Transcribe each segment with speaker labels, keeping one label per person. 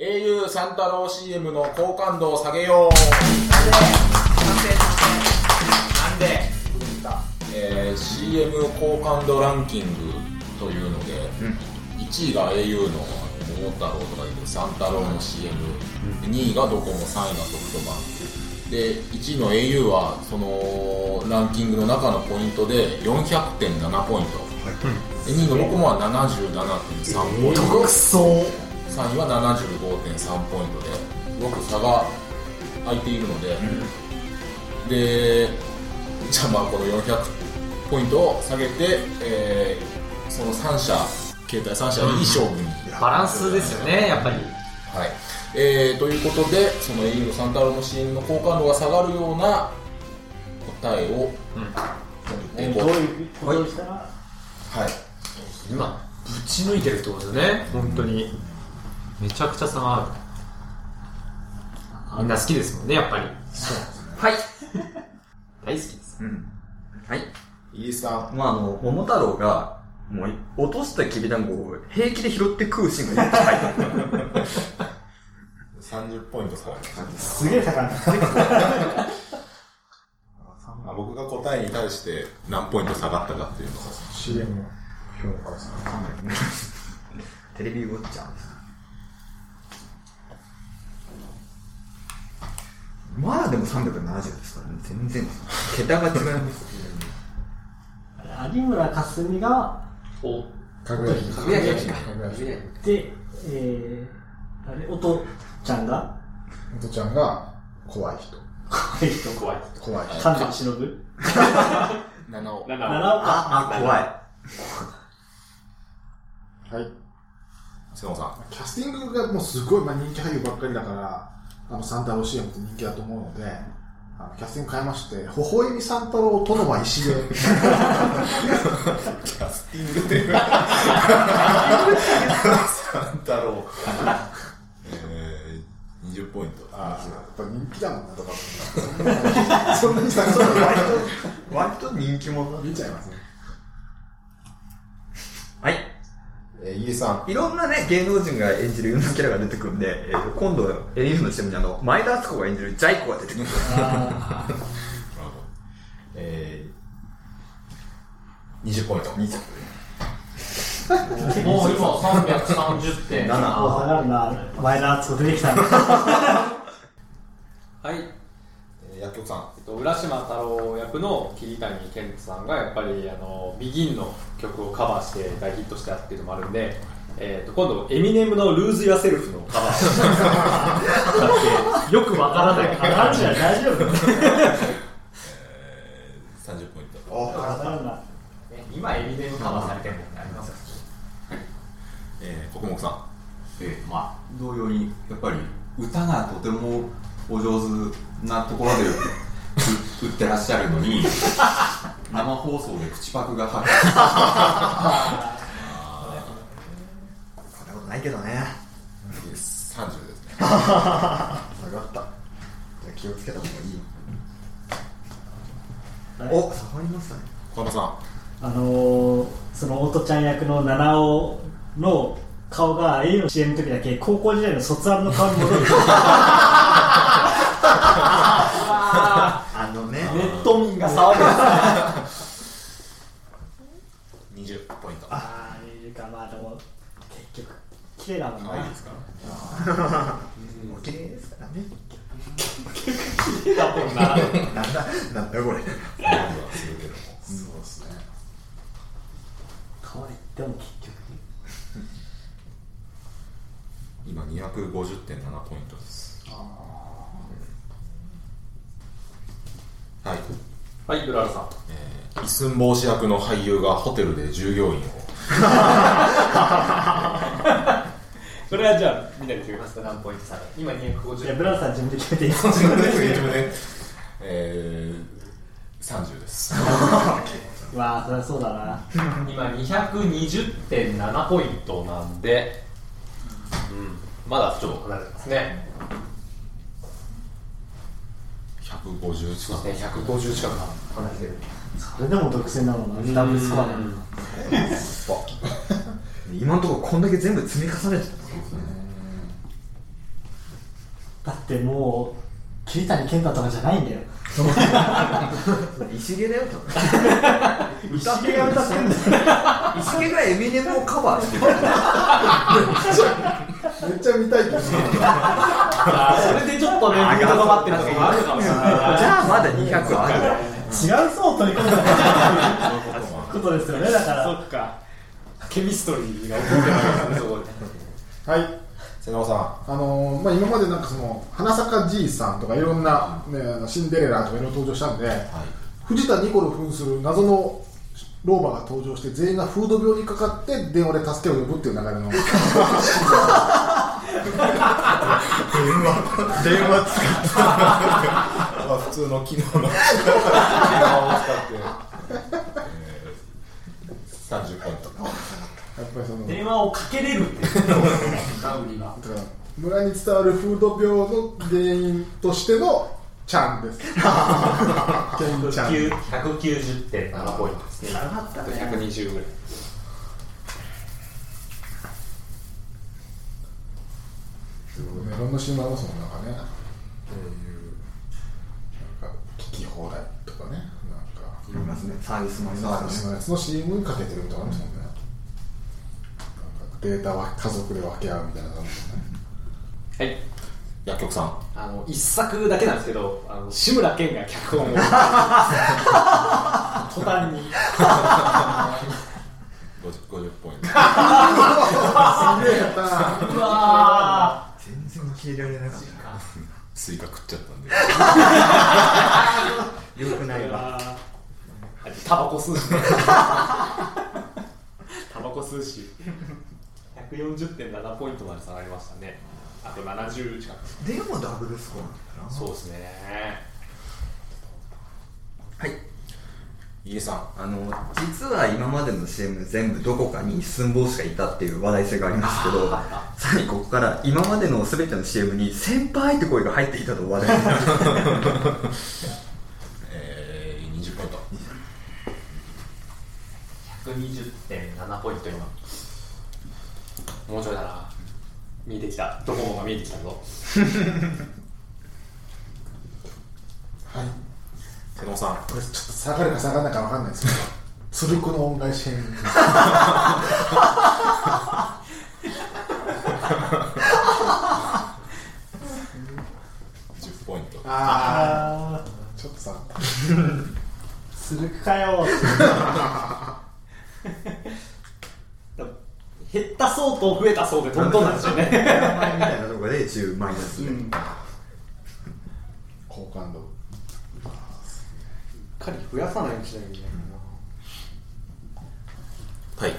Speaker 1: au 三太郎 CM の好感度を下げようなんでえー CM 好感度ランキングというので、1位が au の桃太郎とかいう三太郎の CM、2位がドコモ3位がソフトバンクで1位の au はそのランキングの中のポイントで400.7ポイント、で2位のドコモは77.3ポイント、
Speaker 2: そう
Speaker 1: 3位は75.3ポイントですごく差が開いているので、でじゃあまあこの400ポイントを下げて、えーその3社携帯3社でいい勝負に、
Speaker 2: バランスですよねやっぱり
Speaker 1: はいえーということでその au のサンタロのシーンの好感度が下がるような答えを、えー
Speaker 3: どういうことをしたら
Speaker 1: はい
Speaker 2: 今ぶち抜いてるってことですよね本当にめちゃくちゃ差があるみんな好きですもんねやっぱりはい大好きですはい
Speaker 1: イーさ
Speaker 4: まあ、あの、桃太郎が、もう、落としたきびだんごを平気で拾って食うシーンがいっぱい入った。
Speaker 1: ん30ポイント下がりました
Speaker 3: すげえ高い
Speaker 1: ま あ僕が答えに対して何ポイント下がったかっていうのを
Speaker 5: CM の評価ですね
Speaker 4: テレビウォッチャーです。まあでも370ですからね、全然。桁が違います。
Speaker 3: 有村架純が
Speaker 2: お
Speaker 5: かぐや姫
Speaker 2: かぐや姫
Speaker 5: かぐや姫
Speaker 3: で、えー、あれおとちゃんが
Speaker 5: おとちゃんが怖い人
Speaker 3: 怖い人
Speaker 2: 怖い
Speaker 5: 怖い人
Speaker 3: 神田忍ぶ
Speaker 1: 7を
Speaker 2: なんか
Speaker 4: あ、
Speaker 3: 奈良岡
Speaker 4: あ、怖い。
Speaker 5: はい
Speaker 1: 瀬野さん
Speaker 5: キャスティングがもうすごい、まあ、人気俳優ばっかりだから、あの、サンタロー CM って人気だと思うので、あのキャスティング変えまして、微笑みサンタロー、殿は石 で、
Speaker 1: キャスティングで。三太郎。えー、20ポイント。
Speaker 5: あーやっぱ人気だもんな、とか、 そんなにサンタロー割
Speaker 4: 割と人気者
Speaker 5: と見ちゃいますね。
Speaker 4: はい。
Speaker 1: えー、イリさん。
Speaker 4: いろんなね、芸能人が演じるいろんなキャラが出てくるんで、えー今度、au の CM にあの、前田敦子が演じるジャイ子が出てくる。
Speaker 1: えー、20ポイント。
Speaker 2: もう今330点
Speaker 4: 7。
Speaker 3: お下がるな前田敦子出てきたんだ
Speaker 6: はい、
Speaker 1: えー、薬局さん。
Speaker 6: えっと、浦島太郎役の桐谷健太さんがやっぱりあのビギンの曲をカバーして大ヒットしたっていうのもあるんで、えっと今度エミネムの「ルーズ・ヤセルフ」のカバーを
Speaker 2: よくわからない
Speaker 3: あガチは大丈夫
Speaker 1: 30ポイント。
Speaker 5: お
Speaker 3: お下がるな
Speaker 2: 今エミネムカバーされてるもんねあります
Speaker 1: えー、国木さん。
Speaker 7: えーまあ、同様にやっぱり歌がとてもお上手なところで う売ってらっしゃるのに生放送で口パクが 発揮
Speaker 4: そんなことないけどね。
Speaker 1: イリス30ですね。
Speaker 4: 下がった。じゃあ気をつけた方がいいよ。
Speaker 3: はい
Speaker 4: お、下がりましたね。
Speaker 1: 小山さん。
Speaker 3: あのー、そのおとちゃん役の七尾の顔が A の CM の時だけ高校時代の卒アルの顔に戻る
Speaker 4: あのね、
Speaker 6: ネット民が騒ぐ
Speaker 1: 20ポイント。
Speaker 3: ああいるかまあでも結局綺麗だもん
Speaker 1: 可
Speaker 3: な
Speaker 1: 愛いですか
Speaker 4: もう綺麗ですからね。
Speaker 2: だもんな
Speaker 4: なんだ、なんだこれ。
Speaker 1: ら今度はするけども。
Speaker 5: そうですね。
Speaker 3: 可愛いでも結局
Speaker 1: 今250.7ポイントです。はい。
Speaker 6: はい浦原さん
Speaker 1: 一寸法師役の俳優がホテルで従業員を。
Speaker 6: それはじゃあみんなで決めますか何ポイント差が今250
Speaker 3: いやブラウンさん自分で決めていいです
Speaker 1: 自分で自分で。えー、30です。
Speaker 3: わあそりゃそうだな
Speaker 6: 今220.7ポイントなんで、うん、まだちょっと離れてますね
Speaker 1: 150近く。
Speaker 6: ね150近く離れてる
Speaker 3: それでも独占なのなダブルスコアで
Speaker 4: 今のところこんだけ全部積み重ねてた。
Speaker 3: だってもう桐谷健太とかじゃないんだよ
Speaker 4: 石毛だよ多分
Speaker 3: 石毛が歌ってんだよ
Speaker 4: 石毛がエミネムをカバーしてる
Speaker 5: めっちゃ見たいけど、
Speaker 2: それでちょっとね、
Speaker 4: あ
Speaker 2: 見とがってるとこもあるかもしれない。
Speaker 4: じゃあまだ200ある
Speaker 3: 違う層を取り込んだってことですよ ねだから
Speaker 2: っか。
Speaker 6: ケミストリーが起こってますね、そこで。
Speaker 5: はい
Speaker 1: 瀬能さ
Speaker 5: あのーまあ、今までなんかその花咲じいさんとかいろんな、ね、あのシンデレラとかいろいろ登場したんで、藤田ニコル扮する謎の老婆が登場して全員がフード病にかかって電話で助けを呼ぶっていう流れ の
Speaker 1: 電話使った、まあ、普通の機能の電話を使って、えー、30ポイント
Speaker 5: やっぱりその
Speaker 3: 電話をかけれるってダウリが
Speaker 5: だから村に伝わるフード病の原因としてのちゃんですケンちゃん
Speaker 6: 190.7ポイントですね。あと120ぐらい。
Speaker 5: メロンの CM ありますもんなんかねこういうなんか聞き放題とかねなんか
Speaker 4: いますねサービスの
Speaker 5: サービスのやつの CM にかけてるみたいなのあるもんねなんかデータは家族で分け合うみたいなのあるもんね
Speaker 6: はい。
Speaker 1: 薬局さん
Speaker 6: あの、一作だけなんですけど、あの志村けんが脚 本を。
Speaker 3: 途端に
Speaker 1: 50, 50ポイ ント
Speaker 3: うわ
Speaker 4: 全然消えられなかっ
Speaker 1: 追加食っちゃったんで
Speaker 4: たよくないわ
Speaker 6: タバコ吸うし。タバコ吸うし。140.7ポイントまで下がりましたね。あと70近く。
Speaker 4: でもダブルスコアなんだな
Speaker 6: そうですね。
Speaker 4: はい
Speaker 1: 家さん
Speaker 4: あの実は今までの CM 全部どこかに一寸法師がいたっていう話題性がありますけどさらにここから今までの全ての CM に「先輩」って声が入っていたと話題になる
Speaker 1: えー、20ポイント
Speaker 6: 120.7ポイント今。面白いだな。見えてきた。ドコモが見えてきたぞ。
Speaker 1: 瀬能さん
Speaker 5: これちょっと下がるか下がらないか分かんないですけど鶴子の恩返し編
Speaker 1: 10ポイント
Speaker 5: あ
Speaker 3: あ
Speaker 5: あちょっとさ
Speaker 3: ーするかよ
Speaker 6: 減った層と増えた層でトントンなんですよね。
Speaker 4: 名前みたいなとこで10マイナスで、
Speaker 5: 好感度
Speaker 6: しっかり増やさないようにしなきゃいけないかな。
Speaker 1: はい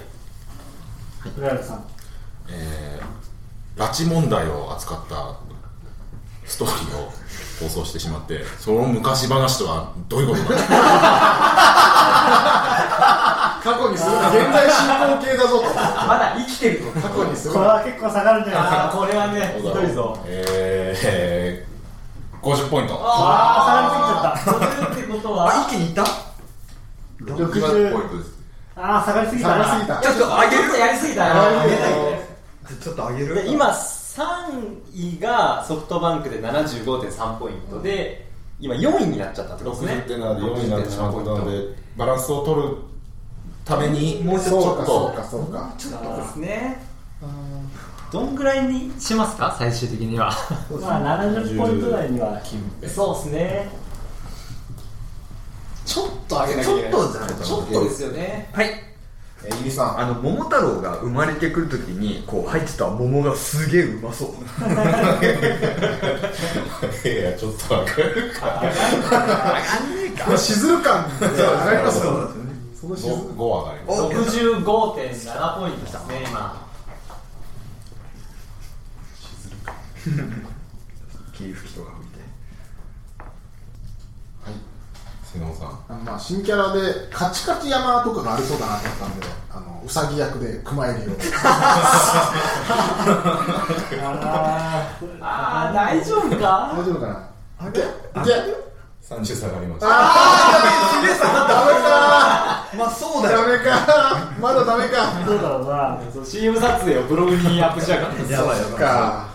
Speaker 3: 浦原さん
Speaker 1: えー、拉致問題を扱ったストーリーを放送してしまってその昔話とはどういうことなのか
Speaker 5: 過去にするか現在進行形だぞと
Speaker 6: まだ生きてると。
Speaker 5: 過去にする
Speaker 3: これ
Speaker 5: か
Speaker 3: は結構下がるんじゃないですかこれはね
Speaker 1: どうだろうえー、50ポイント
Speaker 3: ああ下がりすぎちゃった
Speaker 6: ってこと は、
Speaker 4: あ一気にいったち
Speaker 7: 60
Speaker 3: 60
Speaker 7: ポイントです
Speaker 3: ああ下がりすぎた
Speaker 5: 下
Speaker 3: な
Speaker 5: がりすぎた
Speaker 4: ょっと上げ
Speaker 6: ちょっとやりすぎたな。
Speaker 4: ちょっと上げる
Speaker 6: で今、3位がソフトバンクで75.3ポイントで、今4位になっちゃったってことですね。
Speaker 1: 60点なので4位になってしまったの
Speaker 6: 60.7ポイン
Speaker 1: でバランスを取るためにもうち
Speaker 5: そう
Speaker 1: ょ
Speaker 5: か
Speaker 1: っ
Speaker 5: そう
Speaker 1: と
Speaker 5: かそうか
Speaker 6: ト。そうですね。
Speaker 2: どんぐらいにしますか最終的には。
Speaker 3: まあ70ポイント台には
Speaker 6: そうですね。ちょっと上げなきゃいけない。
Speaker 4: ちょっとじゃないと
Speaker 6: ちょっとですよね。
Speaker 4: はい
Speaker 5: えー、ゆりさん
Speaker 4: あの桃太郎が生まれてくるときにこう入ってた桃がすげえうまそう
Speaker 1: いやいやちょっとわかるか
Speaker 5: これしずる感上がります
Speaker 4: そう
Speaker 5: よ
Speaker 4: ですよね
Speaker 5: そのしずる
Speaker 1: 5上がります
Speaker 6: 65.7ポイントですね、今。
Speaker 4: 霧吹きとか吹いて
Speaker 1: 瀬能さん
Speaker 5: あのまあ新キャラでカチカチ山とかがありそうだなと思ったんであのうさぎ役で熊襟を
Speaker 3: あー
Speaker 6: あー、大丈夫か
Speaker 5: 大丈夫かな
Speaker 4: あれ
Speaker 5: いけ
Speaker 1: 30下がりました
Speaker 4: まあそうだよ
Speaker 5: ダメかまだダメか
Speaker 3: どうだろうな
Speaker 6: そう CM 撮影をブログにアップしやがったんです
Speaker 4: やばい
Speaker 5: か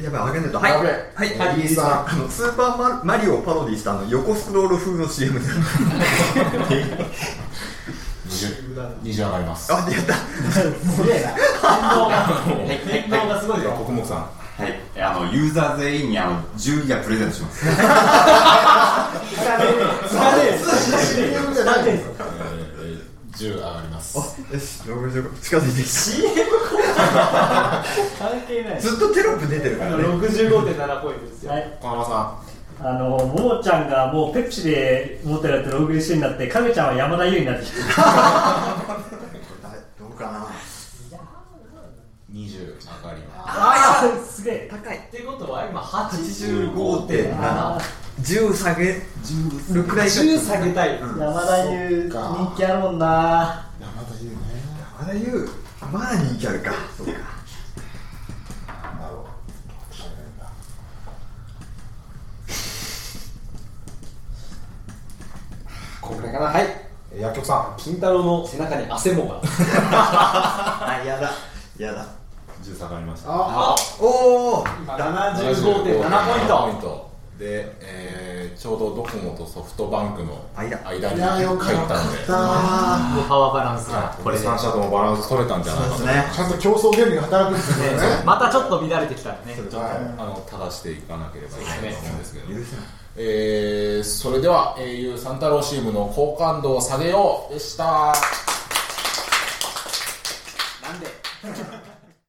Speaker 4: やばい、上げないと。はい。
Speaker 5: や
Speaker 4: は
Speaker 5: べ
Speaker 4: い
Speaker 5: え。
Speaker 4: はい
Speaker 5: リリーさん
Speaker 4: あの、スーパーママリオをパロディしたあの、横スクロール風の CM じゃん。
Speaker 1: 20, 20上がります
Speaker 4: あ、やった。
Speaker 3: すげえな。
Speaker 7: はい
Speaker 3: 変動がすごいよ。
Speaker 1: 国木さん
Speaker 7: はい、えあのユーザー全員にあの10ギガプレゼントします。
Speaker 5: CM じゃないんですよ
Speaker 1: えー10上がります
Speaker 4: よし、65近づいてき
Speaker 3: 関係ない
Speaker 4: た。。ずっとテロップ出てるからね。
Speaker 6: 65.7ポイントですよ。
Speaker 3: はい、
Speaker 1: 小浜さ
Speaker 3: あのももちゃんがもうペプシでモテラってログリシになってかぐちゃんは山田優になってきて
Speaker 4: だどうかな。
Speaker 1: ん20上がります
Speaker 3: ああすげえ
Speaker 4: 高い。
Speaker 6: ってことは今
Speaker 4: 85.7。10下げるくらいが
Speaker 6: 10下げたい。
Speaker 3: 山田優
Speaker 5: そっか
Speaker 3: 人気あるもんな
Speaker 5: 山田優ね
Speaker 4: まだ言う。まだ人気あるか。そうか。
Speaker 5: なるほど大変だ
Speaker 6: これかな。はい。
Speaker 5: 薬局さ
Speaker 6: 金太郎の背中に汗もが。
Speaker 4: あ、やだ。やだ。
Speaker 1: 10下がりました
Speaker 5: んあ
Speaker 4: おお。
Speaker 6: 75.7ポイン
Speaker 1: ポイ
Speaker 6: ト。
Speaker 1: ントで、えーちょうどドコモとソフトバンクの
Speaker 4: 間
Speaker 1: 間
Speaker 5: い
Speaker 1: に
Speaker 5: や
Speaker 1: 入
Speaker 5: よ
Speaker 1: っ
Speaker 5: かった
Speaker 1: たんで
Speaker 5: ー
Speaker 2: パワーバランスが
Speaker 1: はい
Speaker 2: こ
Speaker 1: こ
Speaker 2: れ
Speaker 1: れ
Speaker 2: で
Speaker 1: 三社ともバランス取れたんじゃないかと、
Speaker 4: そうですね
Speaker 5: ちゃんと競争原理が働くんですよね
Speaker 2: またちょっと乱れてきたね
Speaker 5: は
Speaker 1: あの正していかなければいけないと思うんですけど、
Speaker 4: 許せない。
Speaker 1: えーそれでは au 三太郎チームの好感度を下げようでした
Speaker 6: なんで。